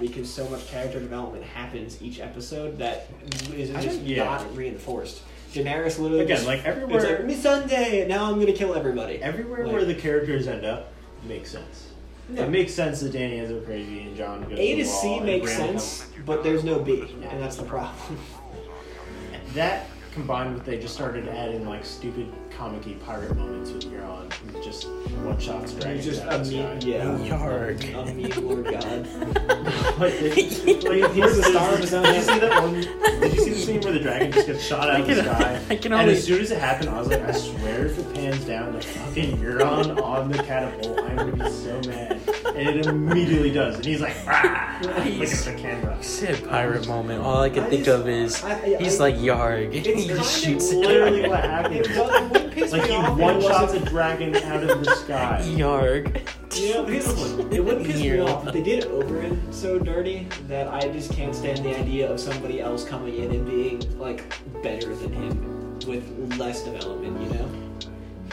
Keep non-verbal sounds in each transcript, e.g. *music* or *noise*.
because so much character development happens each episode that is I just don't- yeah. not reinforced. Daenerys literally Again, just- like, everywhere- It's like "Me Sunday, and now I'm gonna kill everybody. Everywhere Like- where the characters end up makes sense. Yeah. It makes sense that Danny ends up crazy and John goes. A to raw C and makes Bran comes- sense, but there's no B, and that's the *laughs* problem. That combined with they just started adding like stupid comic pirate moments with Euron, and just one shots dragging just out a of the mean, sky. yeah, Yarg. a mean Oh, Lord God. *laughs* Like, they- *laughs* like, He's the star of his own Did you see hand. that one? Did you see the scene where the dragon just gets shot out of the can- sky? I can And only- as soon as it happened, I was like, I swear, if it pans down to fucking Euron on the catapult, I'm gonna be so mad. And it immediately does, and he's like, ah, look at the camera. Said pirate moment. All I could I think just- of is I- I- he's I- like Yarg. It's *laughs* He just kind of shoots Literally, what It happened? was- it wouldn't piss Like me he off if it one shots *laughs* a wasn't- dragon out of the sky. Yarg. You know, here's the one. It wouldn't piss me Yarg. off, but they did Oberyn so dirty that I just can't stand the idea of somebody else coming in and being like better than him with less development. You know?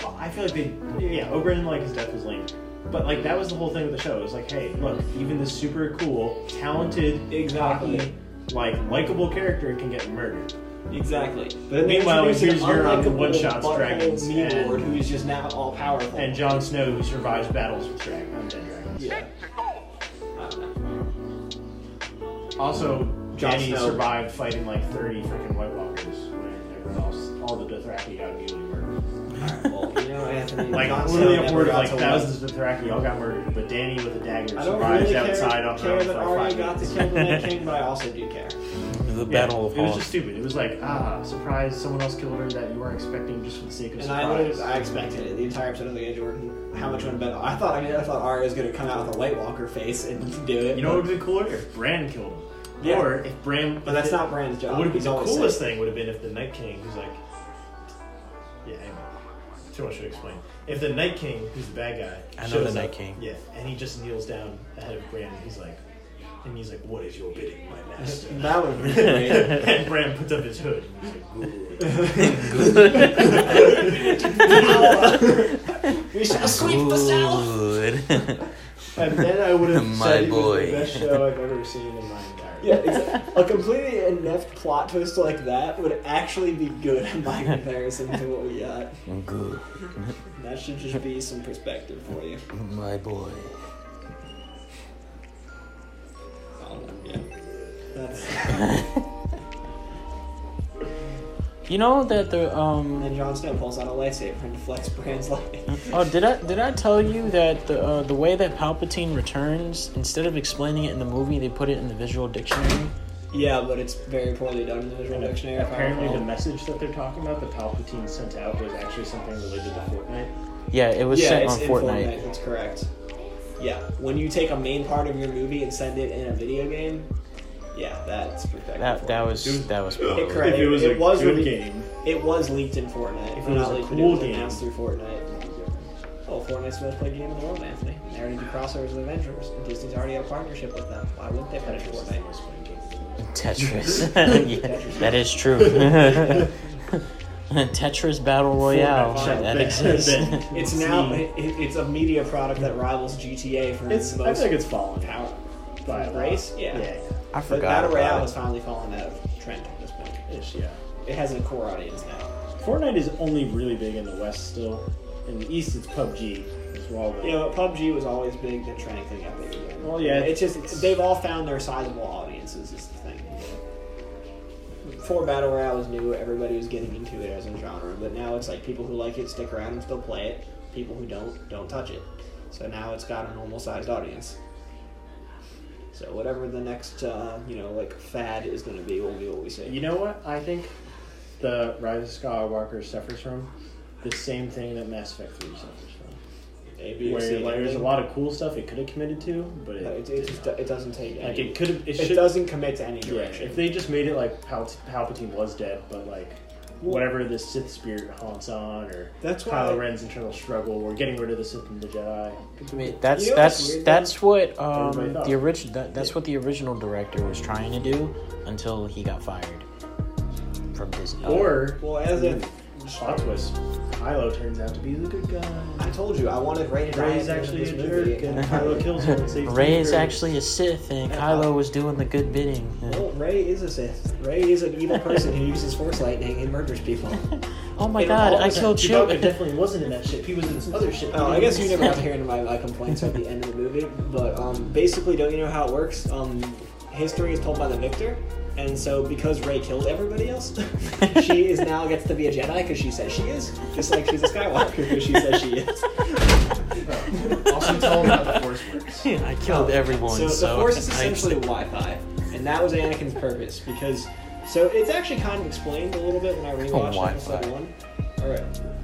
Well, I feel like they, yeah, Oberyn like his death was lame, but like that was the whole thing with the show. It was like, hey, look, even the super cool, talented, Exactly. cocky, like likable character can get murdered. Exactly. But then they Meanwhile, introduce an here's your, um, unlikable one-shots butthole dragons mean and- lord who is just now all powerful. And Jon Snow who survives battles with drag- undead dragons. yeah. I don't know. Also, Jon Danny Snow. survived fighting like thirty freaking White Walkers when everyone else, all the Dothraki got immediately murdered. Alright, well, you know, Anthony, Like Jon Snow literally never upward of got like to thousands of Dothraki all got murdered, but Danny with a dagger I don't really survives care, outside on her care own that for like Arya five got minutes. to kill the *laughs* Night King, but I also do care. The Yeah, Battle of It was Hall. just stupid. It was like, ah, surprise, someone else killed her that you weren't expecting just for the sake of And I surprise. would've- I expected it the entire episode of the Edge Jordan. How much would have been? I thought I mean I thought Arya was gonna come out with a White Walker face and *laughs* do it. you know what but, would have been cooler? If Bran killed him. Yeah. Or if Bran. but that's not Bran's job. Would have been He's the always coolest *laughs* said- thing would have been if the Night King was like. Yeah, anyway. Too much to explain. If the Night King, who's the bad guy, I know the shows Night up, King. Yeah, and he just kneels down ahead of Bran, and he's like, and he's like, "What is your bidding, *laughs* my master?" That would *laughs* have been great. and Bran puts up his hood. And he's like, *laughs* *laughs* "Good." we shall sweep the south. Good. And then I would have My said boy. it was the best show I've ever seen in my entire Yeah, exactly. a completely inept plot twist like that would actually be good by comparison to what we got. *laughs* Good. That should just be some perspective for you. My boy. Um, yeah. That's, You know that the and um then Jon Snow pulls out a lightsaber and deflects Bran's light. oh did I did I tell you that the uh, the way that Palpatine returns instead of explaining it in the movie they put it in the visual dictionary. Yeah, but it's very poorly done in the visual dictionary. if I Apparently, the recall. message that they're talking about, the Palpatine sent out, was actually something related to Fortnite. Yeah, it was yeah, set it's on in Fortnite. Fortnite. That's correct. Yeah, when you take a main part of your movie and send it in a video game, yeah, that's perspective. That that was Dude. that was It poorly. correct. If it was a good released- game. It was leaked in Fortnite. If But it was not a leaked, cool it was game. announced through Fortnite. Oh, Fortnite's the most played game in the world, Anthony. They already do crossovers with Avengers, and Disney's already had a partnership with them. Why wouldn't they put it in Tetris is the Fortnite? most fun game. *laughs* Tetris. *laughs* yeah, that is true. *laughs* Tetris Battle Royale Fortnite. Oh, that *laughs* Ben- *laughs* exists. Ben- It's See, now it, it- it's a media product that rivals GTA for It's. the I most feel like it's fallen out power. by a lot. Race? Yeah. Yeah. I But forgot. Battle Royale About has it. finally fallen out of trend at this point. yeah. Ish, yeah. It has a core audience now. Fortnite is only really big in the West still. In the East, it's PUBG. It's all about- You know, PUBG was always big, then Tranklin got big again. Well, yeah, It's just, it's- they've all found their sizable audiences, is the thing. Before Battle Royale was new, everybody was getting into it as a genre, but now it's like people who like it stick around and still play it, people who don't, don't touch it. So now it's got a normal sized audience. So whatever the next, uh, you know, like fad is going to be, will be what we see. You know what? I think the Rise of Skywalker suffers from the same thing that Mass Effect 3 suffers from. A, B, or where C, like, there's a anything. lot of cool stuff it could have committed to, but it, No, it, it, just, do- it doesn't take like any, it could have it, it should- doesn't commit to any yeah, direction. if they just made it like Pal- Palpatine was dead, but like whatever the Sith spirit haunts on, or That's why Kylo I- Ren's internal struggle, or getting rid of the Sith and the Jedi. I mean, that's You know what's that's weird, that's what Everybody um, thought. the original that, that's what the original director was trying Oh. to do until he got fired from Disney. Or Well, as if Plot twist. Kylo turns out to be the good guy. I told you I wanted Ray to die. Ray's at the end of actually a this movie, *laughs* jerk, and and- Kylo kills him and *laughs* saves the Ray is universe. actually a Sith, and Kylo was doing the good bidding. Well, Ray is a Sith. Ray is an evil person who uses Force lightning and murders *laughs* people. Oh my They don't God! all I just killed Chewbacca children. definitely wasn't in that ship. He was in some other ship. Oh, I guess you never *laughs* got to hear any of my, my complaints at the end of the movie, but um, basically, don't you know how it works? Um, history is told by the victor, and so because Ray killed everybody else, *laughs* she is now gets to be a Jedi because she says she is, just like she's a Skywalker because she says she *laughs* is. Also tell him how the Force works. I killed everyone. So, So, the Force is I- essentially Wi-Fi, and that was Anakin's purpose because. So it's actually kind of explained a little bit when I rewatched Oh, Wi-Fi. episode one. All right.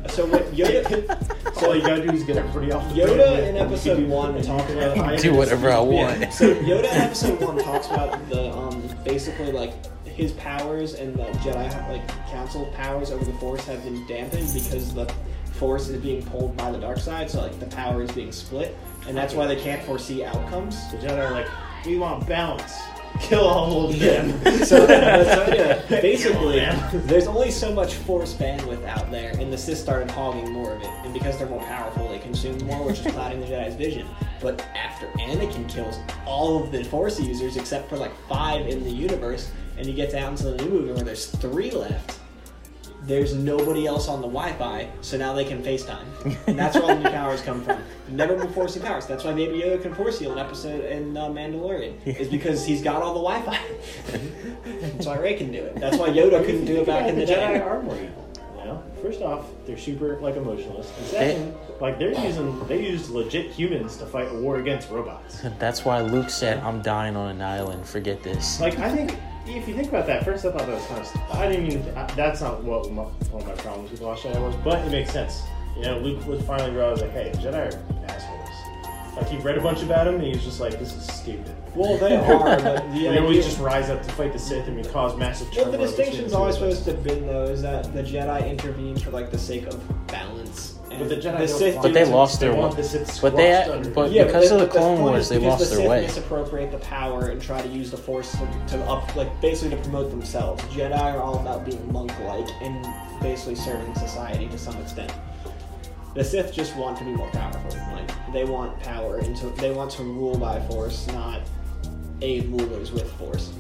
So what Yoda? *laughs* *laughs* So all you gotta do is get pretty off the Yoda in bandwidth. episode one talked about I *laughs* do whatever I want. Yeah. So Yoda in episode one talks about the um, basically like his powers and the Jedi like Council powers over the Force have been dampened because the Force is being pulled by the dark side, so like the power is being split, and that's why they can't foresee outcomes. The Jedi are like, we want balance. Kill all of them. *laughs* *laughs* so, so anyway, basically, Come on, man. there's only so much force bandwidth out there, and the Sith started hogging more of it. And because they're more powerful, they consume more, which *laughs* is clouding the Jedi's vision. But after Anakin kills all of the Force users, except for like five in the universe, and you get down to the new movie where there's three left. There's nobody else on the Wi-Fi, so now they can FaceTime, and that's where all the new powers come from. Never been forcing powers. That's why Baby Yoda can force heal an episode in uh, Mandalorian is because he's got all the Wi-Fi. *laughs* that's why Ray can do it. That's why Yoda couldn't do it back in the Jedi Jedi. are more evil. You know, first off, they're super like emotionalist, and second, like they're using they used legit humans to fight a war against robots. That's why Luke said, "I'm dying on an island. Forget this." Like I think if you think about that, first I thought that was kind of st- I didn't even I, that's not what my, one of my problems with Last Jedi was, but it makes sense. You know, Luke was finally realized like, hey, Jedi are assholes. Like he read a bunch about him, and he was just like, this is stupid. Well, they are, *laughs* but Yeah, the and then we idea- just rise up to fight the Sith and we cause massive Well, turmoil. the distinction's between always two of us. supposed to have been though is that the Jedi intervened for like the sake of balance. And But the Jedi don't Sith want But they to- lost their want one. the Sith But they- squashed under but- them. because of the but Clone point Wars, is they because lost the their Sith way. Misappropriate the power and try to use the Force to, to up, like basically to promote themselves. Jedi are all about being monk-like and basically serving society to some extent. The Sith just want to be more powerful. Like they want power, and to, they want to rule by force, not aid rulers with force.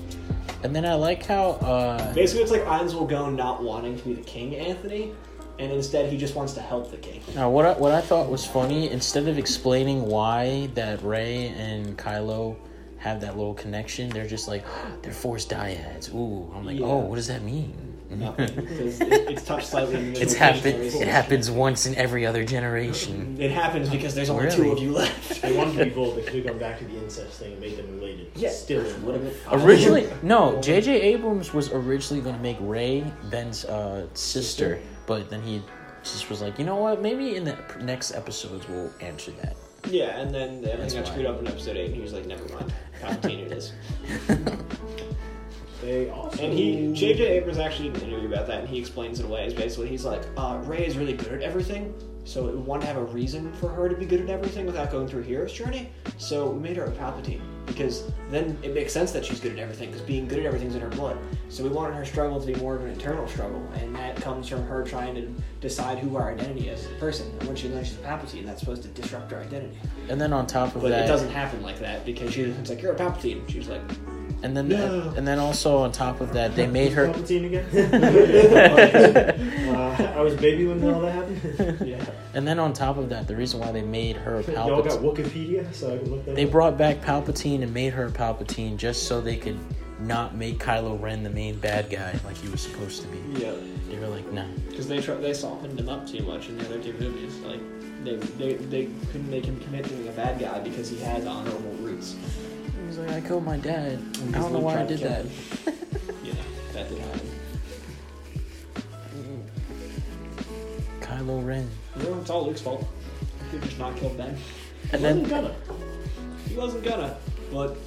And then I like how uh, Basically, it's like Ansel Goon not wanting to be the king, Anthony, and instead he just wants to help the king. Now, what I, what I thought was funny, instead of explaining why that Ray and Kylo have that little connection, they're just like, *gasps* they're forced dyads. Ooh, I'm like, Yeah. oh, what does that mean? Nothing, because it, it's touched slightly. In the middle It's of happened. history. It happens once in every other generation. It happens because there's only two Really? of you left. They wanted to be bold. They could have gone back to the incest thing and made them related. *laughs* Yeah. Still would have Originally, no. J.J. Abrams was originally going to make Ray Ben's uh, sister, but then he just was like, you know what? Maybe in the p- next episodes we'll answer that. Yeah, and then everything got why. screwed up in episode eight, and he was like, "Never mind, Palpatine it is." They also. And he, J.J. Abrams actually did an interview about that, and he explains it away. Is basically he's like, uh, "Ray is really good at everything, so we want to have a reason for her to be good at everything without going through a hero's journey. So we made her a Palpatine because then it makes sense that she's good at everything because being good at everything's in her blood. So we wanted her struggle to be more of an internal struggle, and that comes from her trying to decide who her identity is as a person. And when she learns she's a Palpatine, that's supposed to disrupt her identity." And then on top of But that, it doesn't happen like that because she, it's like, you're a Palpatine. She's like, *laughs* And then, No. and then also on top of that, they made her. Palpatine *laughs* *laughs* again. uh, I was baby when all that happened. yeah. And then on top of that, the reason why they made her Y'all got Palpatine, Wikipedia, so I can look that. they up. brought back Palpatine and made her Palpatine just so they could not make Kylo Ren the main bad guy like he was supposed to be. Yeah. They were like, nah. Because they tr- they softened him up too much in the other two movies. Like, they, they, they couldn't make him commit to being a bad guy because he has honorable roots. He was like, I killed my dad. I Because don't know Luke why I tried to did kill that. him. *laughs* Yeah, that did happen. Kylo Ren. You know, it's all Luke's fault. He could just not kill Ben. And Wasn't then, gonna. He wasn't gonna. But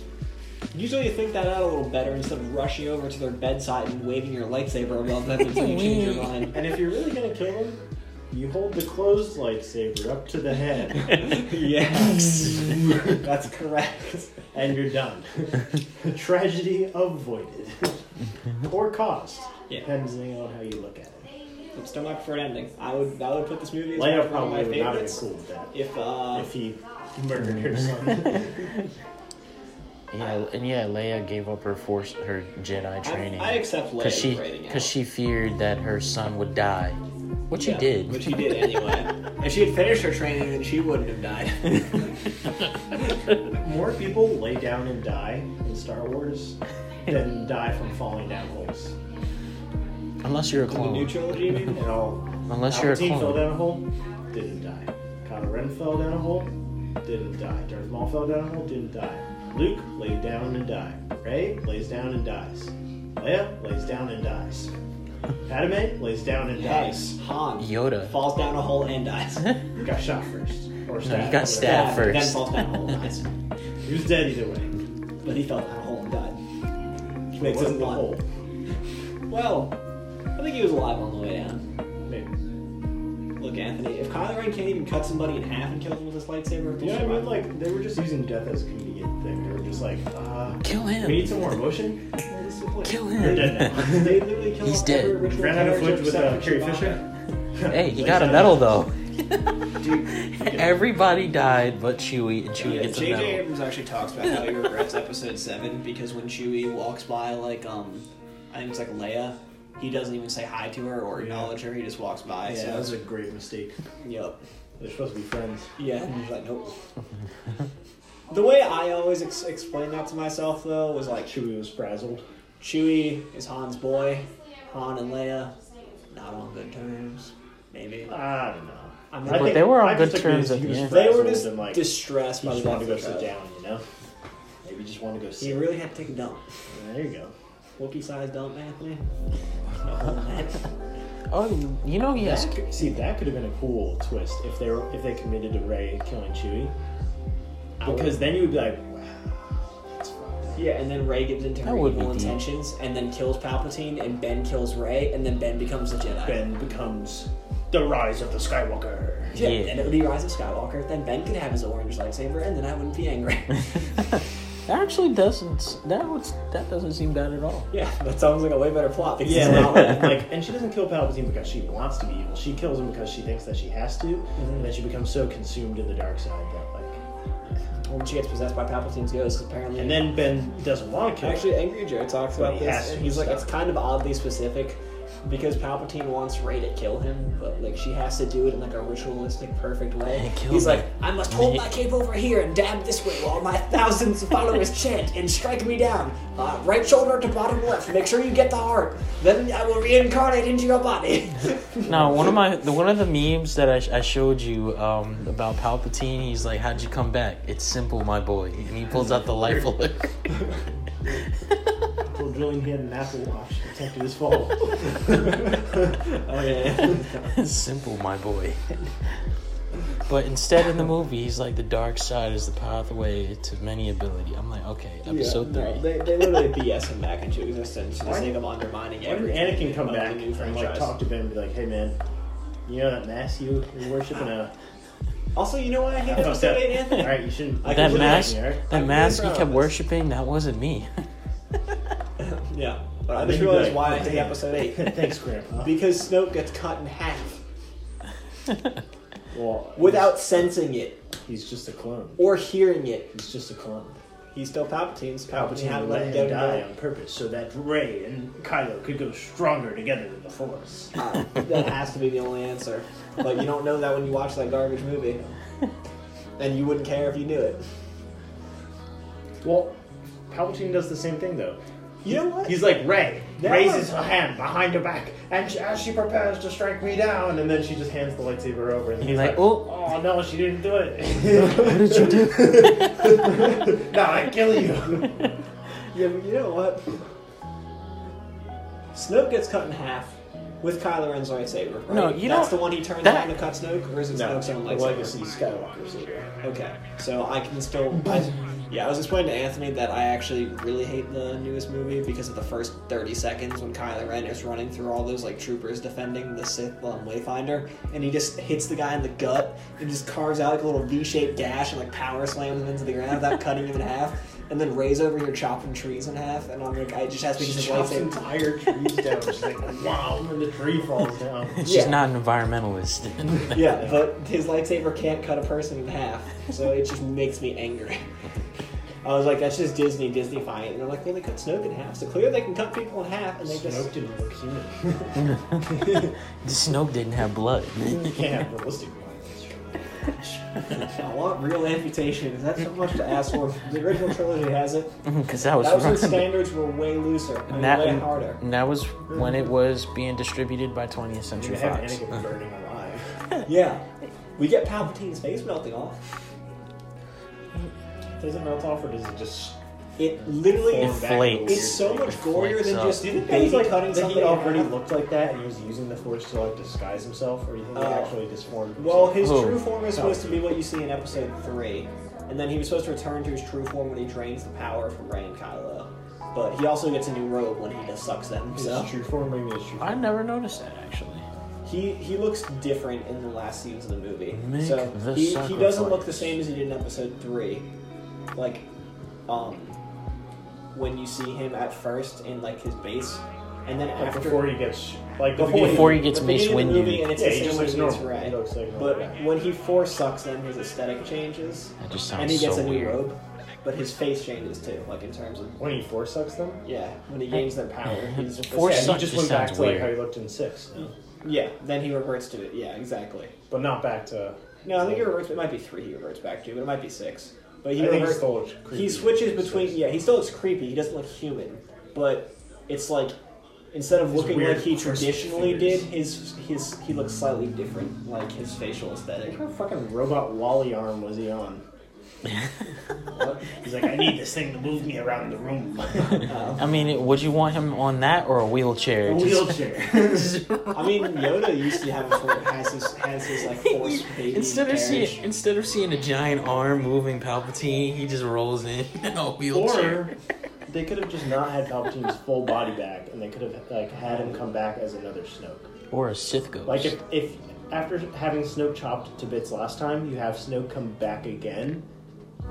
usually you think that out a little better instead of rushing over to their bedside and waving your lightsaber above them until you change *laughs* your mind. And if you're really gonna kill him, you hold the closed lightsaber up to the head, *laughs* *laughs* yes. That's correct. and you're done. *laughs* *laughs* Tragedy avoided or caused, Yeah. depending on how you look at it. It's still my preferred ending. I would I would put this movie as one Leia of probably my would not have been favorites. cool with that. If uh, If he murdered *laughs* her son. Yeah, and yeah, Leia gave up her force, her Jedi training. I accept Leia because she rating out. because she feared that her son would die, which Yeah, he did. Which she did anyway. if she had finished her training, then she wouldn't have died. *laughs* More people lay down and die in Star Wars than die from falling down holes. Unless you're a the new clone. trilogy, you mean? And all Unless you're a Palpatine fell clone. down a hole, didn't die. Kylo Ren fell down a hole, didn't die. Darth Maul fell down a hole, didn't die. Luke laid down and died. Rey lays down and dies. Leia lays down and *laughs* dies. Padme lays down and dies. Nice. Han Yoda. falls down a hole and *laughs* dies. Got shot first, or stabbed. got whatever. stabbed. Yeah, but Then first. falls down a hole and dies. He was dead either way. But he fell down a hole and died. Which It makes him wasn't the one. hole. Well, I think he was alive on the way down. Maybe. Look, Anthony, if Kylo Ren can't even cut somebody in half and kill them with his lightsaber, You know what I mean? Like they were just using death as a convenient thing. They were just like, uh, Kill him. We need some more emotion. *laughs* Well, this is the point. Kill They're him. dead *laughs* now. they literally kill He's off dead. every original Ran out of character footage with except for uh, Carrie Chewbacca. Fisher. *laughs* Hey, he got a medal though. Dude, *laughs* Everybody died, but Chewie, and Chewie Yeah, gets a J.J. medal. Abrams actually talks about how he regrets episode 7 because when Chewie walks by, like, um, I think it's like Leia, he doesn't even say hi to her or acknowledge her, he just walks by. yeah, that so, was a great mistake. yep. They're supposed to be friends. Yeah, and he's like, *laughs* nope. the way I always ex- explain that to myself, though, was like, Chewie was frazzled. Chewie is Han's boy, Han and Leia, not on good terms, maybe. I don't know. I mean, I But think- they were on I just good took it terms as at he the was end. They were frazzled just and, like, distressed he by the just wanted to go death of sit the down, you know. Maybe he just wanted to go He sit. really had to take a dump. There you go. Wookie sized dump, *laughs* Anthony. Oh, you know he has. That could- see, that could have been a cool twist if they were if they committed to Ray killing Chewie, because then you would be like, wow, that's fucked up. Yeah, and then Ray gives into her That would be evil deep. intentions, and then kills Palpatine, and Ben kills Ray, and then Ben becomes a Jedi. Ben becomes the rise of the Skywalker. Yeah, Yeah. then it would be Rise of Skywalker. Then Ben could have his orange lightsaber, and then I wouldn't be *laughs* angry. That actually doesn't. That was. That doesn't seem bad at all. yeah, that sounds like a way better plot. Because Yeah, *laughs* it's not like- like, like, and she doesn't kill Palpatine because she wants to be evil. She kills him because she thinks that she has to, and then she becomes so consumed in the dark side that like. when she gets possessed by Palpatine's ghost, apparently. And then Ben doesn't want to kill. Actually, Angry Joe talks But about he has this, and to he's like, stop. it's kind of oddly specific because Palpatine wants Rey to kill him, but like she has to do it in like a ritualistic, perfect way. And kill He's him. like, I must hold my cape over here and dab this way while my thousands of followers chant and strike me down. Uh, right shoulder to bottom left. Make sure you get the heart. Then I will reincarnate into your *laughs* body. Now, one of my the one of the memes that I, sh- I showed you um, about Palpatine, he's like, "How'd you come back?" It's simple, my boy. And he pulls out the life alert. *laughs* *laughs* Until drilling he had an Apple Watch detected his *laughs* fall. oh yeah. It's *laughs* simple, my boy. *laughs* But instead, in the movie, he's like, "The dark side is the pathway to many ability." I'm like, okay, episode no, three. they, they literally BS him back into existence for the sake of undermining Why did everything. Anakin come of back the new and like franchise. talk to Ben and be like, "Hey man, you know that mass you you're worshiping *laughs* a Also, you know why I hate episode eight, Anthony? All right, you shouldn't. I I can that put it mask, All right? that I'm mask really he proud kept of this. worshiping, that *laughs* wasn't me. Yeah, but I And just then you'd be realized like, why I "Oh, hate damn. episode eight. *laughs* *laughs* Thanks, Grandpa. because Snoke gets cut in half Well, without sensing it he's just a clone. or hearing it. He's just a clone. He's still Palpatine's. Palpatine had to Palpatine let him let get him him die go. on purpose so that Rey and Kylo could go stronger together than the Force. *laughs* Uh, that has to be the only answer. Like you don't know that when you watch that garbage movie, and you wouldn't care if you knew it. Well, Palpatine does the same thing though. You know what? He's like Rey That raises was- her hand behind her back, and she, as she prepares to strike me down, and then she just hands the lightsaber over, and he's like, like, "Oh." oh no, she didn't do it. What did you do? *laughs* now I kill you." Yeah, but you know what? Snoke gets cut in half with Kylo Ren's lightsaber. Right? No, you That's don't- the one he turns on that- to cut Snoke, or is it No, Snoke's own the lightsaber? legacy Skywalker saber. Okay, so I can still. I, yeah, I was explaining to Anthony that I actually really hate the newest movie because of the first 30 seconds when Kylo Ren is running through all those like troopers defending the Sith um, Wayfinder, and he just hits the guy in the gut and just carves out like a little V-shaped dash and like power slams him into the ground without cutting him in half. and then Ray's over here chopping trees in half, and I'm like, I just has to be She his chops lightsaber. entire trees down. She's like, wow, and then the tree falls *laughs* down. She's Yeah. not an environmentalist. *laughs* Yeah, but his lightsaber can't cut a person in half, so it just makes me angry. I was like, that's just Disney, Disney fight. And they're like, well, they cut Snoke in half, so clearly they can cut people in half, and they just. Snoke didn't look human. Snoke didn't have blood. *laughs* yeah, *laughs* realistic violence. I want real amputation. Is that so much to ask for? The original trilogy has it. Because that was That was when wrong. standards were way looser and *laughs* that, way harder. and that was when it was being distributed by 20th Century They have Fox. Anakin burning alive. Yeah. We get Palpatine's face melting off. Does it melt off or does it just It literally. form It back into a flakes. It's so weird much shape? gorier than Flakes up. just Do you think *laughs* that baby he's like cutting cutting that something. he in already half? looked like that and he was using the force to like disguise himself, or do you think he Oh. actually just formed? Well, his Who? true form is supposed to be what you see in episode three, and then he was supposed to return to his true form when he drains the power from Rey and Kylo. But he also gets a new robe when he just sucks them. his So true form, maybe his true I form. never noticed that actually. he he looks different in the last scenes of the movie. Make so the he, he doesn't look sacrifice. the same as he did in episode three. Like, um, when you see him at first in like his base, and then Like after before he gets like the Before, beginning- Before he gets the Mace beginning of the Windu. movie, and it's Yeah, the he same just way looks he gets normal. Rey. He looks like normal. but when he force sucks them, his aesthetic changes, That just sounds and he gets so a new weird. robe. But his face changes too, like in terms of when he force sucks them. yeah, when he gains their *laughs* power, he's Force yeah, suck he just just went back sounds to like how weird. he looked in six, no? yeah. Then he reverts to it. Yeah, exactly. but not back to. No, I think it reverts. It might be three. He reverts back to, but it might be six. But he I think reverts- he still looks creepy. he switches in between. six. Yeah, he still looks creepy. He doesn't look human, but it's like instead of looking weird like he crusty traditionally fingers. did, his his he looks slightly different, like his facial aesthetic. What *laughs* kind of fucking robot Wally arm was he on? He's like, I need this thing to move me around the *laughs* room. Um, I mean, it- would you want him on that or a wheelchair? a Just- *laughs* wheelchair. I mean, Yoda used to have a form, has his has his *laughs* like force baby Instead of carriage. seeing instead of seeing a giant arm moving Palpatine, he just rolls in *laughs* in a wheelchair. or they could have just not had Palpatine's full body back, and they could have like had him come back as another Snoke. Or, a Sith ghost. Like if, if after having Snoke chopped to bits last time, you have Snoke come back again,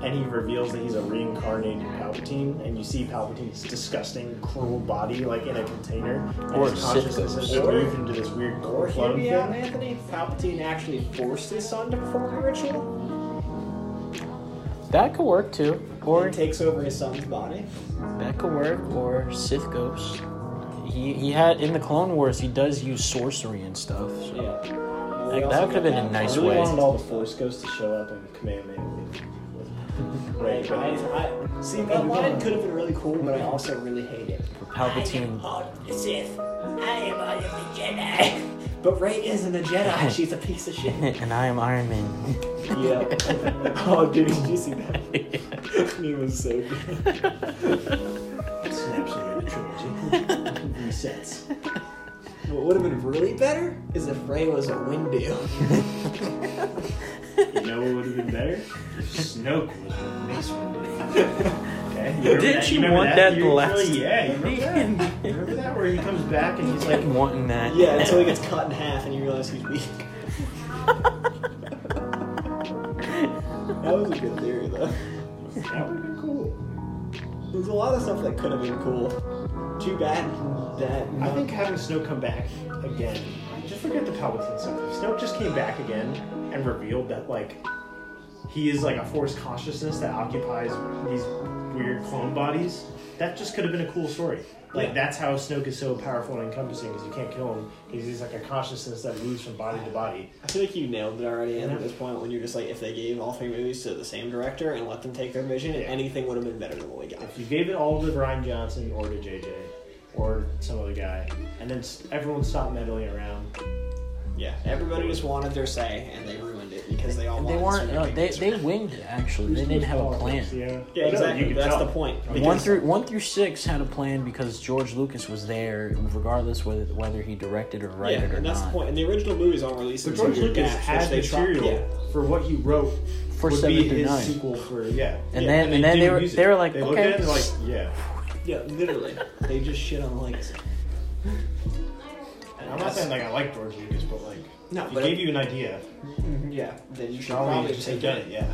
and he reveals that he's a reincarnated Palpatine, and you see Palpatine's disgusting, cruel body like in a container, and Or his Sith consciousness has ghost. just moved into this weird Or hear clone me out, thing. Anthony. Palpatine actually forced his son to perform a ritual. that could work too. Or Or he takes over his son's body. that could work. Or Sith ghost. He he had in the Clone Wars. He does use sorcery and stuff. so- Yeah. Like, that could have been a I nice really way. wanted all the Force ghosts to show up and command *laughs* me. with- Right, with- I, I, see, that line could have been really cool, but I also really hate it. Palpatine. on the Sith. I am on the Jedi. But Rey isn't a *laughs* Jedi. She's a piece of shit. And I am Iron Man. *laughs* yeah. *laughs* oh, dude, did you see *laughs* that? He was so good. snaps into the trilogy. Resets. What would have been really better is if Rey was a Windu. You know what would have been better? If Snoke was with Mace *laughs* Windu. Okay, you remember Didn't that- you remember want that year last trilogy? Yeah, you *laughs* remember that? You remember that where he comes back and he's like, I'm wanting that. Yeah, until he gets cut in half and you realize he's weak. that was a good theory, though. that would have been cool. There's a lot of stuff that could have been cool. Too bad that. I think having Snoke come back again, just forget the Palpatine stuff. If Snoke just came back again and revealed that like he is like a force consciousness that occupies these weird clone bodies. That just could have been a cool story. Like Yeah. that's how Snoke is so powerful and encompassing because you can't kill him. He's, he's like a consciousness that moves from body to body. I feel like you nailed it already at this point when you're just like, if they gave all three movies to the same director and let them take their vision, anything would have been better than what we got. If you gave it all to Ryan Johnson or to JJ or some other guy, and then s- everyone stopped meddling around. Yeah, everybody just wanted their say and they ruined it because they all They wanted weren't. certain No, they things. they winged it. Actually, they didn't have a plan. Yeah, Yeah, exactly. You can That's tell. the point. One through one through six had a plan because George Lucas was there, regardless whether whether he directed or yeah, wrote it or and that's the not. point. And the original movies all released But in George two-year Lucas gaps, had which they tried- material yeah. for what he wrote For would seven be through his nine. sequel for yeah. And Yeah, then- and then they didn't were- use it. they were like, they looked okay, at it and they're like this- yeah. Yeah, literally. they just shit on legacy. And I'm not saying like I like George Lucas, but like No, he but- gave you an idea. Yeah, then you should Probably probably just take have done it. Yeah.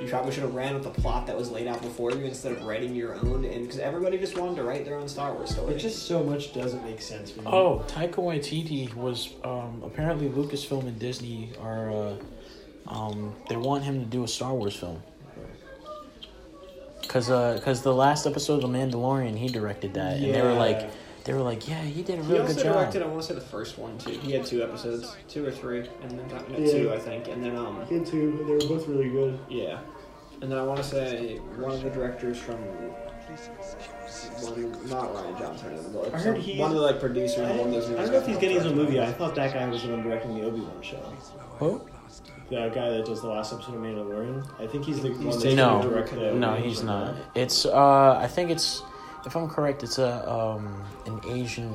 You probably should have ran with the plot that was laid out before you instead of writing your own. And because everybody just wanted to write their own Star Wars story. But just so much doesn't make sense. When you- Oh, Taika Waititi was um, apparently Lucasfilm and Disney are. Uh, um, they want him to do a Star Wars film. Cause, uh, cause the last episode of The Mandalorian, he directed that, and they were like, Yeah. they were like, yeah, he did a he real also good job. directed, I want to say, the first one too. He had two episodes, two or three, and then no, Yeah. two, I think, and then um, Him too. They were both really good. Yeah. And then I want to say one of the directors from. One, not Ryan Johnson. But like I heard some- he's- one of the like producers. I of one of don't those movies know if that he's helped getting his own direct movie. them. I thought that guy was the one directing the Obi Wan show. Who? The guy that does the last episode of Mandalorian. I think he's the one that's taking gonna No. direct the No, Obi-Wan he's show. not. It's uh, I think it's, if I'm correct, it's a um, an Asian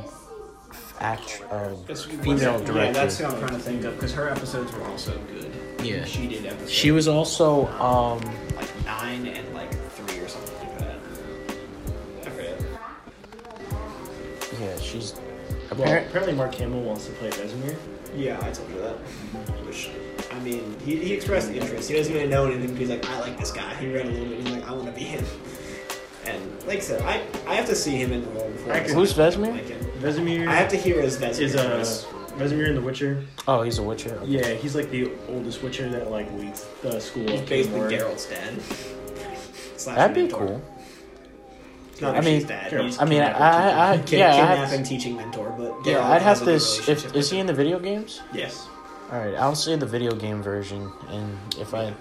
act uh, That's- Yeah, female that's who director. I'm trying to think of because her episodes were also good. Yeah. She did episodes. She was also um, like nine and like three or something like that. I forget. yeah, she's. Well, Apparent, apparently Mark Hamill wants to play Vesemir. Yeah, I told you that. Which, I mean, he, he expressed interest. He doesn't really know anything, but he's like, I like this guy. He read a little bit. He's like, I want to be him. *laughs* And like I said, I, I have to see him in the role before. I Who's decide if I Vesemir? like him. Vesemir I have to hear his Vesemir. uh, is a voice. Vesemir in The Witcher. oh, he's a Witcher. Yeah, he's like the oldest Witcher that like leads the school. He's up to basically Mordor. Geralt's dad. *laughs* Slash That'd be mentor. cool. It's Not I I mean, mean, dad. Geralt. He's I mean, I, Kidnapping I, I kid, yeah, I'd kidnapping, have to- teaching mentor, but yeah, Geralt I'd has have a to. good s- If relationship is with he in the video games? him. Yes. All right, I'll say the video game version, and if I,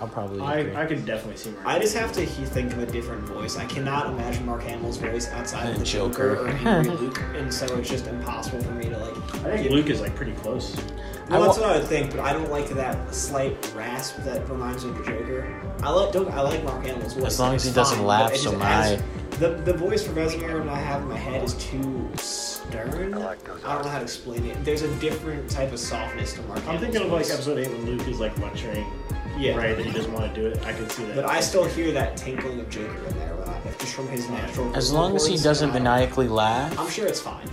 I'll probably. agree. I, I could definitely see Mark. I just have to he- think of a different voice. I cannot imagine Mark Hamill's voice outside of And the Joker. Joker, or Angry Luke, and so it's just impossible for me to like. I think give- Luke is like pretty close. Well, I that's wa- what I would think, but I don't like that slight rasp that reminds me of the Joker. I like don't I like Mark Hamill's voice. As long as he It's doesn't fine, laugh but it so just my- adds- The, the voice for Vesemir that I have in my head is too stern. I don't know how to explain it. There's a different type of softness to Mark. I'm Hamill's thinking of like voice. episode eight when Luke is like lecturing. Yeah. Right, that he doesn't want to do it. I can see that. But I still hear that tinkling of Joker in there, when I- just from his natural. As long as he voice, doesn't and I- maniacally laugh, I'm sure it's fine.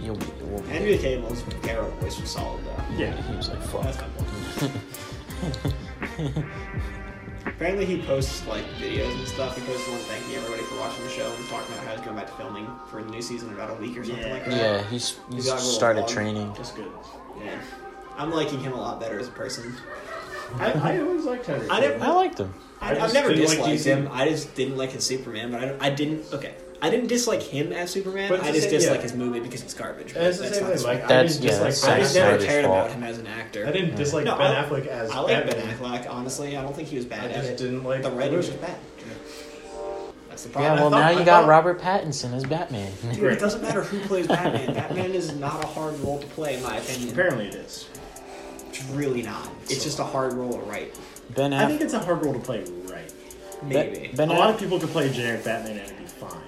you'll. We'll, Henry Cable's Garrett voice was solid though. Yeah. he was like, That's "Fuck." not bull. *laughs* Apparently he posts like videos and stuff. He posts one thanking everybody for watching the show and talking about how he's going back to filming for the new season in about a week or something Yeah. like that. Yeah, he's he's got a little started dog. training. That's good. Yeah. I'm liking him a lot better as a person. *laughs* I, I always liked Henry. I never- I liked him. I, I I have just never didn't like disliked DC. him. I just didn't like his Superman, but I, don't- I didn't. Okay, I didn't dislike him as Superman. But it's I the just same- dislike yeah. his movie because it's garbage. but It's the that's same not thing. his Like fault. I That's- didn't yeah, dislike. that's I I Zack just didn't, never Snyder's cared fault. about him as an actor. I didn't dislike No, Ben I like- Affleck as. I like Batman. Ben Affleck. Honestly, I don't think he was bad. I at just it. didn't like the the writing was movie. bad. That's the problem. Yeah, I well thought- now I you got thought- Robert Pattinson as Batman. Dude, it doesn't matter who plays *laughs* Batman. Batman is not a hard role to play, in my opinion. Apparently it is. It's really not. It's just a hard role to write. *laughs* ben I think Affleck. it's a hard role to play right. Maybe. Ben a lot of Aff- people could play a generic Batman and it'd be fine.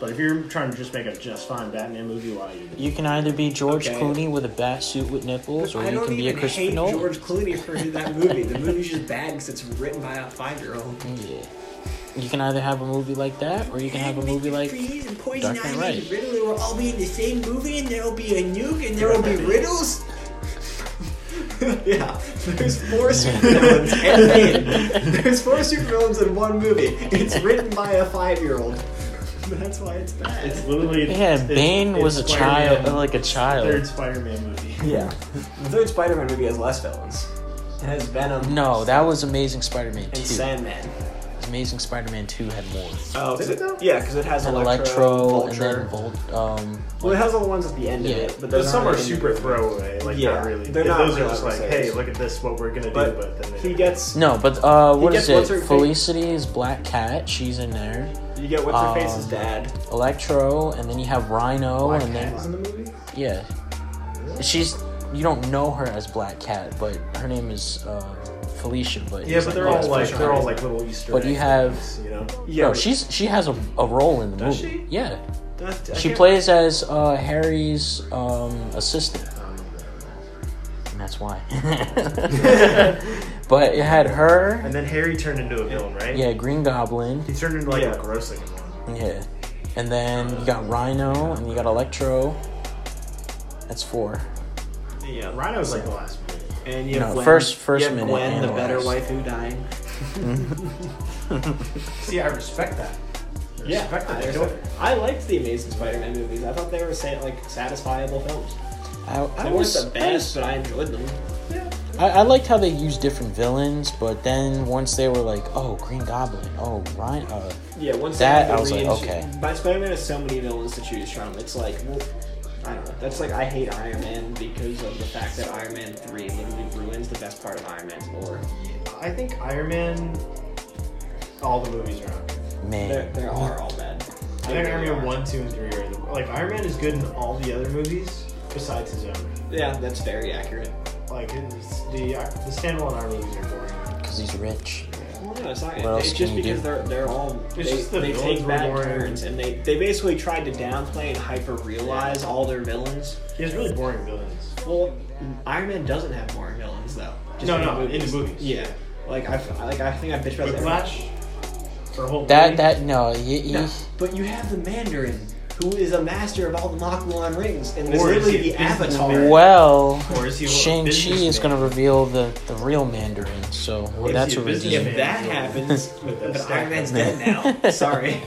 But if you're trying to just make a just fine Batman movie, why you? You can either be George Okay. Clooney with a bat suit with nipples, or I you don't can be a even Christopher hate Nolan. George Clooney for that movie. The movie's just bad because it's written by a five-year-old. Yeah. You can either have a movie like that, or you can have a movie like Freeze and Poison Dark Knight Ivy Rises. and Riddler will all be in the same movie, and there will be a nuke, and there will be riddles. *laughs* yeah, there's four supervillains and Bane. *laughs* There's four supervillains in one movie. It's written by a five-year-old. That's why it's bad. It's literally yeah, it's- Bane it's was a Spider-Man, child, like a third child. Spider-Man *laughs* movie. yeah, the third Spider-Man movie has less villains. It has Venom No, that was Amazing Spider-Man and Two. Sandman. Amazing Spider-Man Two had more. Oh, 'cause Did it though? yeah, because it has And Electro, Electro, and then Vulture. Volt. Um, well, it has all the ones at the end Yeah. of it, but But those some are aren't in the super throwaway, like Yeah, not really. they're If not those real are just like, episodes. hey, look at this, what we're gonna do, But but then they he gets no, but uh, what gets is it? what's her face- Felicity is Black Cat. She's in there. You get what's her face's Um, dad. Electro, and then you have Rhino, and then in the movie. yeah, she's. You don't know her as Black Cat, but her name is uh, Felicia. But Yeah, it's but they're yeah, all it's like Felicia. they're all like little Easter. But you egg have- things, you know. no, she's she has a, a role in the Does movie. she? Yeah, That's- I she can't- plays as uh, Harry's um, assistant, and that's *laughs* why. *laughs* but it had her. And then Harry turned into a villain, right? Yeah, Green Goblin. He turned into like Yeah. a gross looking one. Yeah. And then you got Rhino and you got Electro. That's four. Yeah. Rhino's like the last minute. And you have No, Gwen. first- first you have minute Gwen, the better analyze. waifu, dying. See, I respect that. I Yeah, respect that. I, they do it. I liked the Amazing Spider-Man movies. I thought they were sa- like satisfiable films. I, I They was weren't the best, but I enjoyed them. I, I liked how they used different villains, but then once they were like, oh, Green Goblin, oh, Ryan, uh, Yeah, once That, they had I the was like, range- okay. But Spider-Man has so many villains to choose from. It's like, well, I don't know. That's like I hate Iron Man because of the fact that Iron Man three literally ruins the best part of Iron Man's lore. I think Iron Man. All the movies are not good. There, man. there are all bad. I think Iron Man one, two, and three are the, like Iron Man is good in all the other movies besides his own. Yeah, that's very accurate. Like it's, the the standalone Iron Man movies are boring. Because he's rich. Well, no, it's not. What else it's just can you because do? they're they're all It's they, just the they villains take were bad more- turns and they they basically tried to downplay and hyper realize all their villains. He has really boring villains. Well, Iron Man doesn't have more villains though. Just No, no, in the movies. Yeah, like I like I think I bitch about that. Whiplash. For a whole That, movie. that, no, he, he, No, but you have the Mandarin, who is a master of all the Makuan rings, and is Or is literally he a the avatar. businessman? well, Or is he a Shang-Chi businessman? is going to reveal the, the real Mandarin, so is that's he a a redeem. businessman? If that happens, *laughs* With that but stack Iron of Man's dead now. *laughs* Sorry.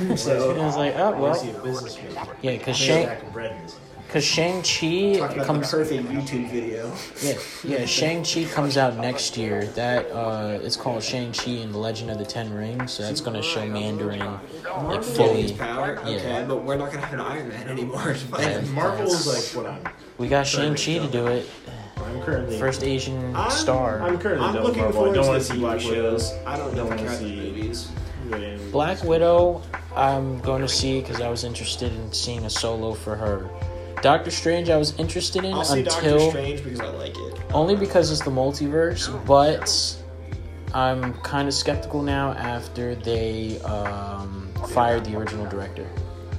I so was like, oh, Or is he well. a businessman? Yeah, because Shane. Shang, bread is- cause Shang-Chi talk about comes... the perfect YouTube video. Yeah, yeah. Shang Chi comes out next year. That uh, it's called Shang Chi and the Legend of the Ten Rings. So that's gonna show Mandarin like Fully fully. power, okay, Yeah. but we're not gonna have an Iron Man anymore. *laughs* to fight Yeah. him. Marvel's like what I'm. We got Shang Chi to do it. I'm currently. First Asian I'm- I'm star. currently I'm done with looking Marvel. I forward don't to want the to see Black TV shows. Widow. I don't know if I care Don't wanna about the see- movies. Black Widow. I'm going to see because I was interested in seeing a solo for her. Doctor Strange. I was interested in I'll see Doctor until Strange because I like it. only because it's the multiverse, but I'm kind of skeptical now after they um, fired the original director.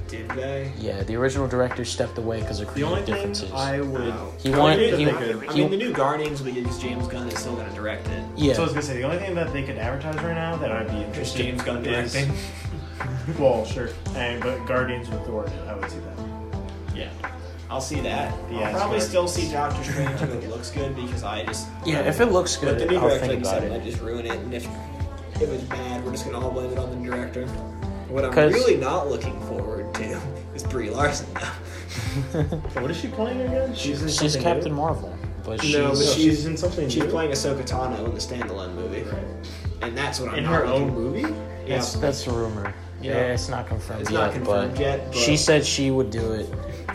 Did they? Yeah, the original director stepped away because of The only creative thing differences. I would. Wow. He I wanted- would- he- I mean, the new Guardians because James Gunn is still gonna direct it. yeah, So I was gonna say the only thing that they could advertise right now that I'd be Because interested. James Gunn is- directing. *laughs* Well, sure. And but Guardians with Thor, in it, I would see that. Yeah. I'll see that. Yeah, I'll probably it's still see Doctor Strange if it looks good because I just. yeah. If it looks But good, the new I'll director, like think you about said, might it. just ruin it. And if, if it's bad, we're just going to all blame it on the director. What I'm 'Cause- really not looking forward to *laughs* is Brie Larson, *laughs* though. What is she playing again? She's in She's something Captain new? Marvel, but she's No, No, but she's, she's- in something She's new. playing Ahsoka Tano in the standalone movie. And that's what I'm in not her looking- own movie. Yeah. that's that's a rumor. Yeah. Yeah, it's not confirmed It's yet. not confirmed but yet, but- she said she would do it.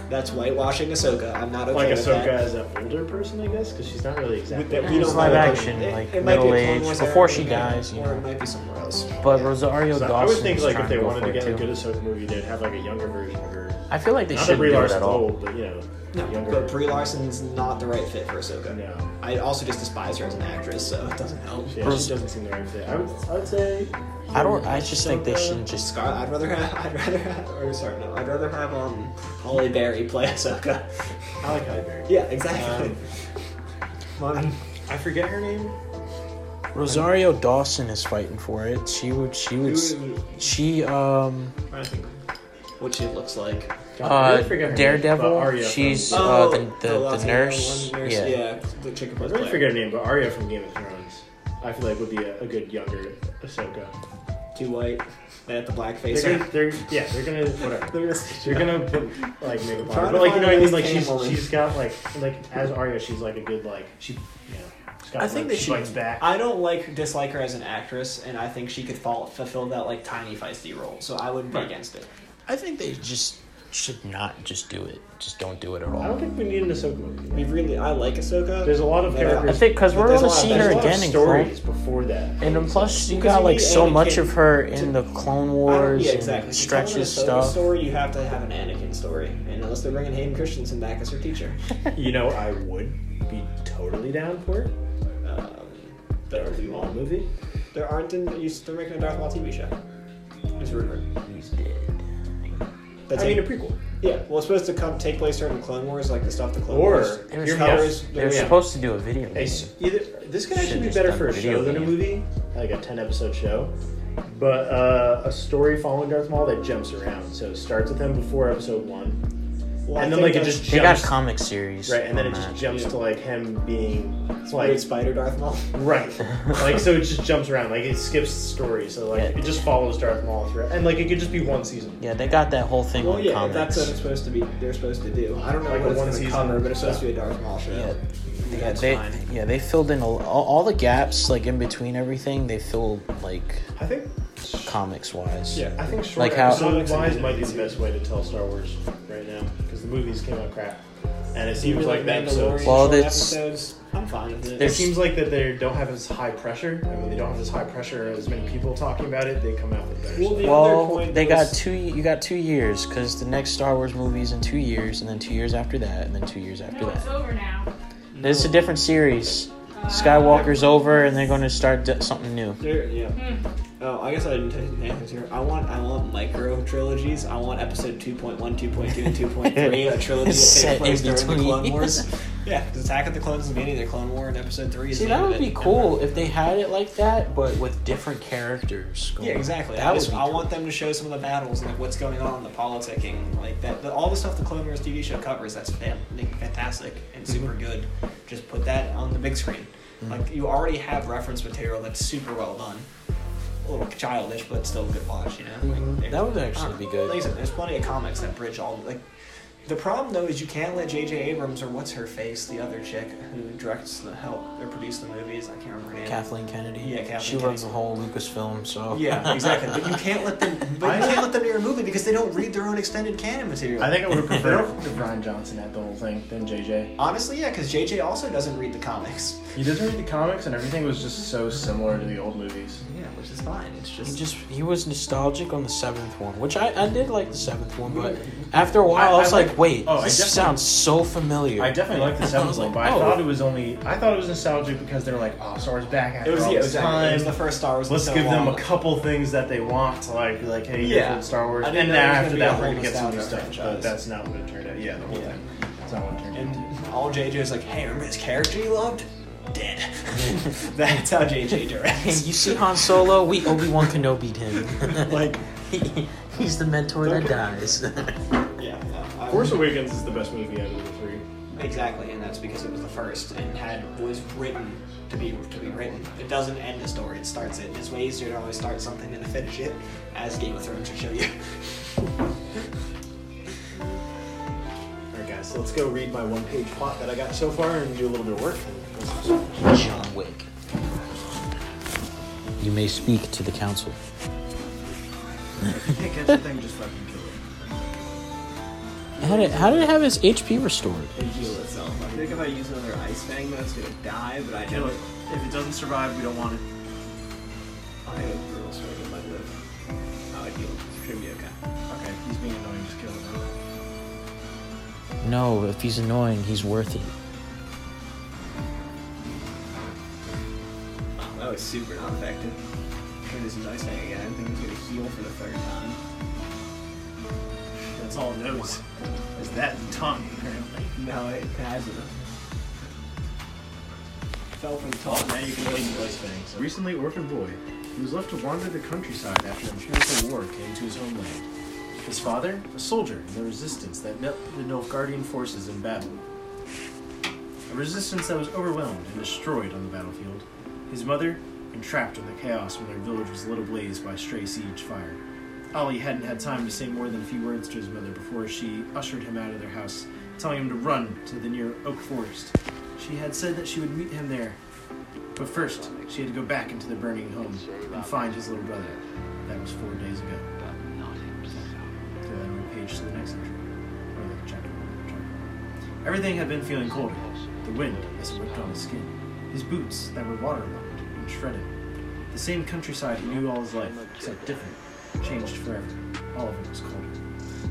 That's whitewashing Ahsoka. I'm not okay Like with Ahsoka that. as an older person, I guess, because she's not really With exactly. that It's don't live know. action, It- like it might be a Clone middle-aged, Wars before era, she maybe, dies, you Or it know. might be somewhere else. But Yeah. Rosario So Dawson. I would think is like trying if they go wanted for to it, get a too. good Ahsoka movie, they'd have like a younger version of her. I feel like they Not that should Brie do it at Larson's all. old, but you know, No, younger. but Brie Larson's not the right fit for Ahsoka. No. I also just despise her as an actress, so it doesn't help. Yeah, Bruce- she doesn't seem the right fit. I would, I would say. I don't. I just think they Ahsoka- shouldn't just. Scarlet, I'd rather have, *laughs* I'd rather have, or sorry, no, I'd rather have um Holly Berry play Ahsoka. *laughs* I like Halle Berry. yeah, exactly. *laughs* Um, I forget her name. Rosario Dawson is fighting for it. She would. She would. s- Who- She um I think what she looks like. God, I uh really forget her name, but Daredevil. Arya She's From, uh the the, the, Oh, Latino nurse. one Yeah. yeah, the chicken I really forget her name, but Arya from Game of Thrones. I feel like would be a, a good younger Ahsoka. Too white. They had the black face. They're gonna, they're yeah, they're gonna *laughs* whatever. They're gonna- They're gonna put, like make a Trying to body, but like you know what I mean. find Like she's Camel in. she's got like like as Arya, she's like a good like she. You know, she's got, I think like, that she she. bites back. I don't like dislike her as an actress, and I think she could fall, fulfill that like tiny feisty role. So I wouldn't be against it. I think they just should not just do it. Just don't do it at I don't all. think we need an Ahsoka movie. I mean, really, I like Ahsoka. There's a lot of But I- I characters. think because But we're there's going to a lot- see there's her a lot again in Clone. stories before that. And then plus, you Because got you like need so Anakin much of her to- in the Clone I don't- Wars yeah, exactly. and To tell an stretches Ahsoka stuff. Story, you have to have an Anakin story, and unless they're bringing Hayden Christensen back as her teacher, You know, I would be totally down for it. um, there will be Old one. movie. There aren't. In, you- they're making a Darth Maul TV show. It's rumored. That's I it. mean, a prequel. yeah. Well, it's supposed to come take place during the Clone Wars, like the stuff the Clone Or Wars. They were your supposed- powers. They were yeah. supposed to do a video. A game. s- either this could Should've actually be just better done for a video show than a game. movie, like a ten episode show. But uh, a story following Darth Maul that jumps around, so it starts with him before Episode One. Well, I and then think like it that's- just They got jumps a comic series. right, and then on it just that. jumps Yeah. to like him being like Great Spider Darth *laughs* Maul. Right. like so it just jumps around. Like it skips stories. So like Yeah. it just follows Darth Maul throughout. And like it could just be one season. Yeah, they got that whole thing Well, on yeah, comics. that's what it's supposed to be. They're supposed to do. I don't know Like a what it's one going to season cover, but it's supposed stuff. to be a Darth Maul show. Yeah. Yeah, That's they, fine. yeah, they filled in a, all, all the gaps, like in between everything. They filled like I think comics wise. Yeah. I think short Like how- episode wise might be the best way to tell Star Wars right now because the movies came out crap, and it seems like that episodes. Well, short that's- episodes. I'm fine with It it. there's- seems like that they don't have as high pressure. I mean, they don't have as high pressure or as many people talking about it. They come out with better. Well, stuff. the other Well, point they was- got two. You got two years because the next Star Wars movie is in two years, and then two years after that, and then two years after No, it's that. over now. It's a different series. Skywalker's over, and they're going to start d- something new. There, yeah. Hmm. Oh, I guess I didn't tell you Nathan's here. I want, I want micro trilogies. I want episode 2.1, 2.2, and *laughs* 2.3, a trilogy that Set takes in place during the between. Clone Wars. *laughs* Yeah, 'cause Attack of the Clones is the beginning of the Clone War, and episode 3 is See, the that end would of it. be cool if they had it like that, but with different characters. Going. Yeah, exactly. That I, would just, be I cool. want them to show some of the battles and like what's going on, the politicking, like that. The, all the stuff the Clone Wars TV show covers, that's fan- like, fantastic and Mm-hmm. super good. Just put that on the big screen. Like you already have reference material that's super well done. A little childish, but still a good watch. You know, Like, Mhm. it- That would I don't actually know. be good. Like I said, there's plenty of comics that bridge all like. The problem though is you can't let J.J. Abrams or what's her face, the other chick who directs the help or produced the movies. I can't remember her name. Kathleen Kennedy. Yeah, Kathleen She Kennedy. runs the whole Lucasfilm, so Yeah, exactly. But you can't let them. But you Oh. I- can't let them near a movie because they don't read their own extended canon material. I think I *laughs* would have preferred if Brian Johnson had the whole thing than JJ. honestly, yeah, because JJ also doesn't read the comics. He doesn't read the comics, and everything was just so similar to the old movies. Yeah, which is fine. It's *laughs* He just. just he was nostalgic on the seventh one, which I, I did like the seventh one, but after a while Mm-hmm. I, I was like- like, wait, oh, I this definitely- sounds so familiar. I definitely liked the seventh one, but I oh. thought it was only I thought it was nostalgic because they were like, "Oh, Star Wars back after it was all yeah, this exactly. It was time. the first Star Wars. in Let's so give them long. a couple things that they want to like be like, hey, Yeah. yeah. here's old Star Wars." I And didn't then know there was gonna be after that, a we're whole gonna get some new nostalgia stuff, franchise. but that's not what it turned out. Yeah, the whole Yeah. thing. That's not what it turned And into. all JJ is like, hey, remember this character you loved? Dead. *laughs* That's how JJ *laughs* Hey, directs. you see Han Solo, we Obi Wan Kenobi him. like, he, *laughs* he's the mentor that dies. *laughs* yeah. No, I- Force Awakens is the best movie out of the three. Exactly, and that's because it was the first and had was written to be to be written. It doesn't end the story; it starts it. And It's way easier to always start something than to finish it, as Game of Thrones should show you. All right, guys, so let's go read my one-page plot that I got so far and do a little bit of work. *laughs* John Wick. You may speak to the council. Hey, catch the thing, just fucking kill it. How did, how did it have his HP restored? It heal itself. I think if I use another ice fang, though, it's gonna die. But I know it. If it doesn't survive, we don't want it. I have a brutal sword in my lip. Oh, I heal. It should be okay. Okay, he's being annoying. Just kill him. No, if he's annoying, he's worth it. Oh, that was super not effective. Okay, this is ice fang again. I think he's gonna heal for the third time. That's all it knows. Is that tongue apparently? No, it has it. Fell from the top. Now you can heal. Recently orphaned boy, he was left to wander the countryside after Imperial War came to his homeland. His father, a soldier in the resistance that met the Nilfgaardian forces in battle. A resistance that was overwhelmed and destroyed on the battlefield. His mother, entrapped in the chaos when their village was lit ablaze by stray siege fire. Ali hadn't had time to say more than a few words to his mother before she ushered him out of their house, telling him to run to the near Oak Forest. She had said that she would meet him there, but first, she had to go back into the burning home and find his little brother. That was four days ago. Throw that on page to the next entry. Or the chapter, chapter. Everything had been feeling colder. The wind as it whipped on his skin. His boots that were waterlogged and shredded. The same countryside he knew all his life, except different. Changed forever. All of it was colder.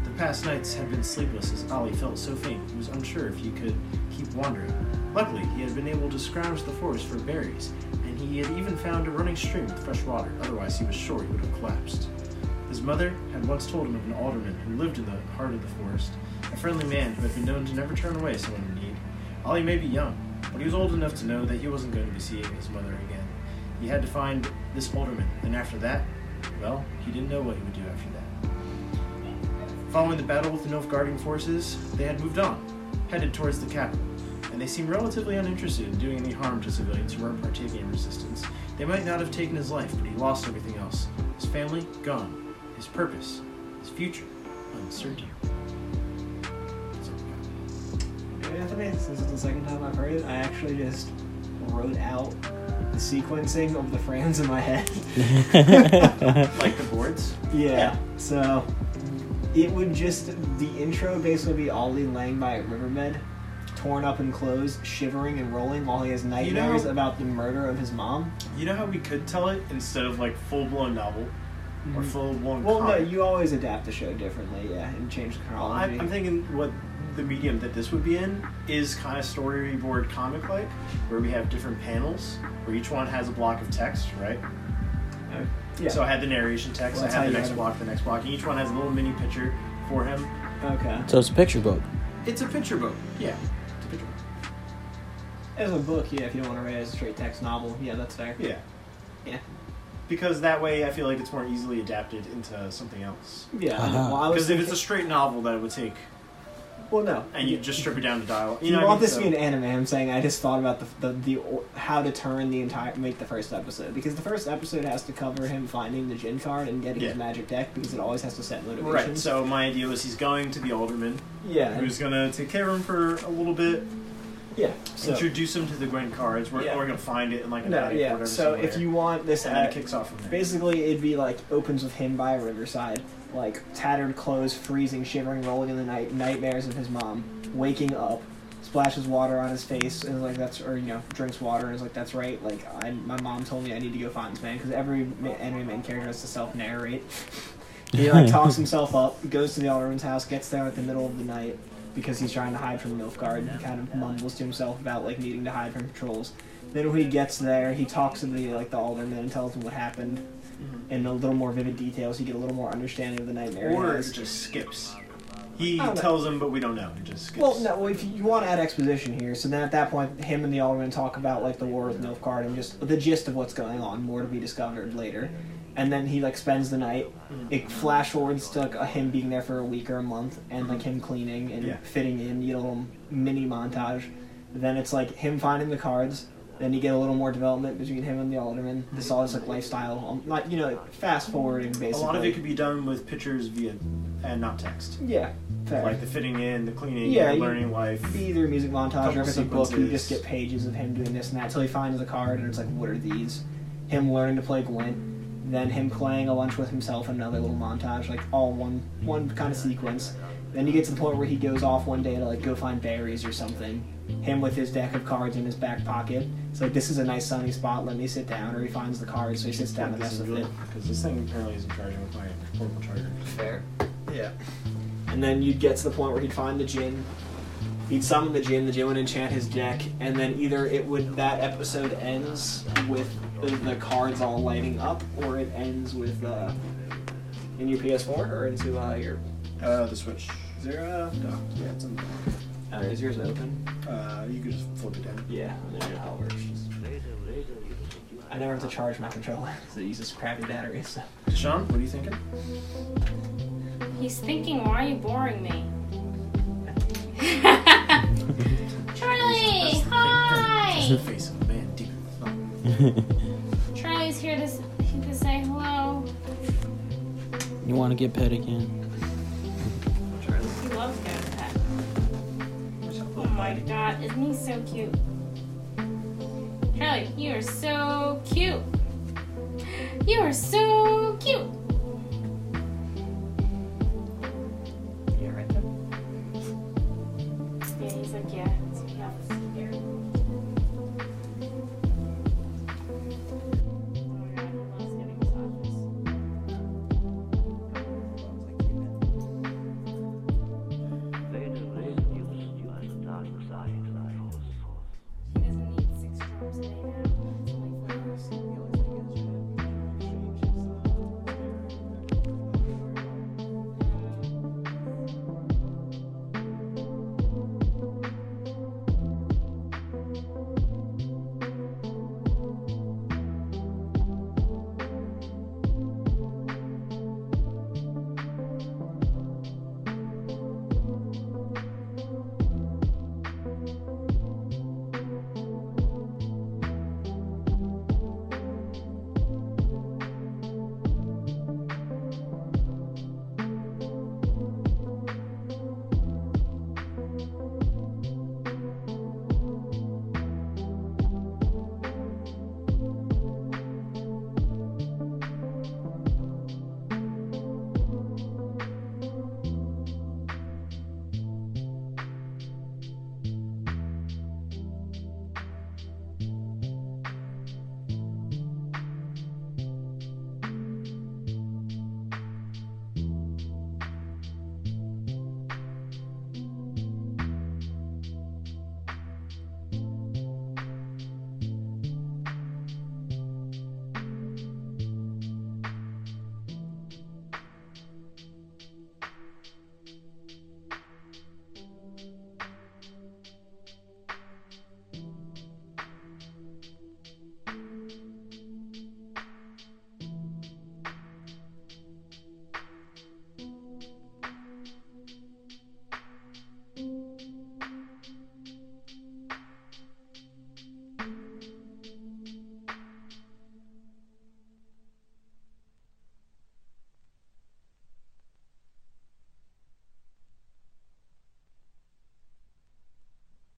The past nights had been sleepless as Ali felt so faint he was unsure if he could keep wandering. Luckily, he had been able to scrounge the forest for berries, and he had even found a running stream with fresh water, otherwise, he was sure he would have collapsed. His mother had once told him of an alderman who lived in the heart of the forest, a friendly man who had been known to never turn away someone in need. Ali may be young, but he was old enough to know that he wasn't going to be seeing his mother again. He had to find this alderman, and after that, well, he didn't know what he would do after that. Following the battle with the Nilfgaardian forces, they had moved on, headed towards the capital, and they seemed relatively uninterested in doing any harm to civilians who weren't partaking in resistance. They might not have taken his life, but he lost everything else. His family, gone. His purpose, his future, uncertain. So, Anthony, since it's the second time I've heard it, I actually just wrote out the sequencing of the frames in my head. *laughs* Like the boards? *laughs* Yeah. So it would just the intro basically be Ollie laying by a riverbed, torn up and closed, shivering and rolling while he has nightmares know- about the murder of his mom. You know how we could tell it instead of like full blown novel or full blown Well, no, you always adapt the show differently, yeah, and change the chronology. I'm, I'm thinking what the medium that this would be in is kind of storyboard comic like, where we have different panels where each one has a block of text, right? yeah. So I had the narration text, Well, that's I how had you the next had it. block, the next block, and each one has a little mini picture for him. okay. So it's a picture book. It's a picture book. Yeah, it's a picture book. As a book, yeah, if you don't want to read it as a straight text novel, yeah, that's fair. Yeah, Yeah. because that way I feel like it's more easily adapted into something else. Yeah. Uh-huh. Well, I was Because if it's a thinking- straight novel, that it would take, well, no. and you just strip it down to dialogue. You, You know, what I want mean? this So- to be an anime? I'm saying I just thought about the, the the or- how to turn the entire make the first episode because the first episode has to cover him finding the Jin card and getting Yeah. his magic deck because it always has to set motivation. Right. So my idea was he's going to the alderman, yeah, and- who's gonna take care of him for a little bit, yeah. So introduce him to the Gwen cards. We're, Yeah. we're gonna find it in like an no, attic or yeah. whatever. So if somewhere. you want this, and then uh, it kicks off from there. basically it'd be like opens with him by a riverside, like tattered clothes, freezing, shivering, rolling in the night, nightmares of his mom, waking up, splashes water on his face, and is like that's or you know drinks water and is like that's right, like I my mom told me I need to go find this man because every ma- anime main character has to self narrate. he like talks himself up, goes to the alderman's house, gets there at the middle of the night because he's trying to hide from Nilfgaard. He kind of mumbles to himself about like needing to hide from patrols. Then when he gets there, he talks to the like the alderman and tells him what happened in a little more vivid details. You get a little more understanding of the nightmare. he or it has. just skips. He I don't know. tells him, but we don't know. It just skips. well, no, if you want to add exposition here, so then at that point, him and the alderman talk about like the war with Nilfgaard and just the gist of what's going on, more to be discovered later. And then he like spends the night. Mm-hmm. It flash forwards to like, uh, him being there for a week or a month, and like him cleaning and Mm-hmm. Yeah. fitting in. You get a little mini montage. Then it's like him finding the cards. Then you get a little more development between him and the alderman. This all this like lifestyle, um, not you know, like, fast forwarding basically. Mm-hmm. a lot of it could be done with pictures via and not text, yeah, fair. like the fitting in, the cleaning, Yeah, the you- learning life. be either a music montage or if it's a book, you Sequences. just get pages of him doing this and that until he finds the card and it's like, what are these? Him learning to play Gwent, then him playing a lunch with himself, another little montage, like all one one kind of sequence. Then you get to the point where he goes off one day to like go find berries or something. Him with his deck of cards in his back pocket. It's like this is a nice sunny spot. Let me sit down. Or he finds the card, so he sits down and messes with it. Because this thing apparently isn't charging with my portable charger. Fair. Yeah. And then you'd get to the point where he'd find the djinn. He'd summon the djinn. The djinn would enchant his deck, and then either it would that episode ends with the, the cards all lighting up, or it ends with uh, in your PS4 or into uh, your. Uh, the switch. Is there a? No, yeah, it's in the Uh, is yours open? Uh, you could just flip it down. Yeah. I don't know how it works. I never have to charge my controller. 'cause It uses crappy batteries. So. Sean, what are you thinking? He's thinking, why are you boring *laughs* me? Charlie! Just the Hi! face of a man, deep. Charlie's here to, s- to say hello. You want to get pet again? He loves getting pet. Oh my god, isn't he so cute? Charlie, you are so cute. You are so cute. Yeah, right there. Yeah, he's like, yeah.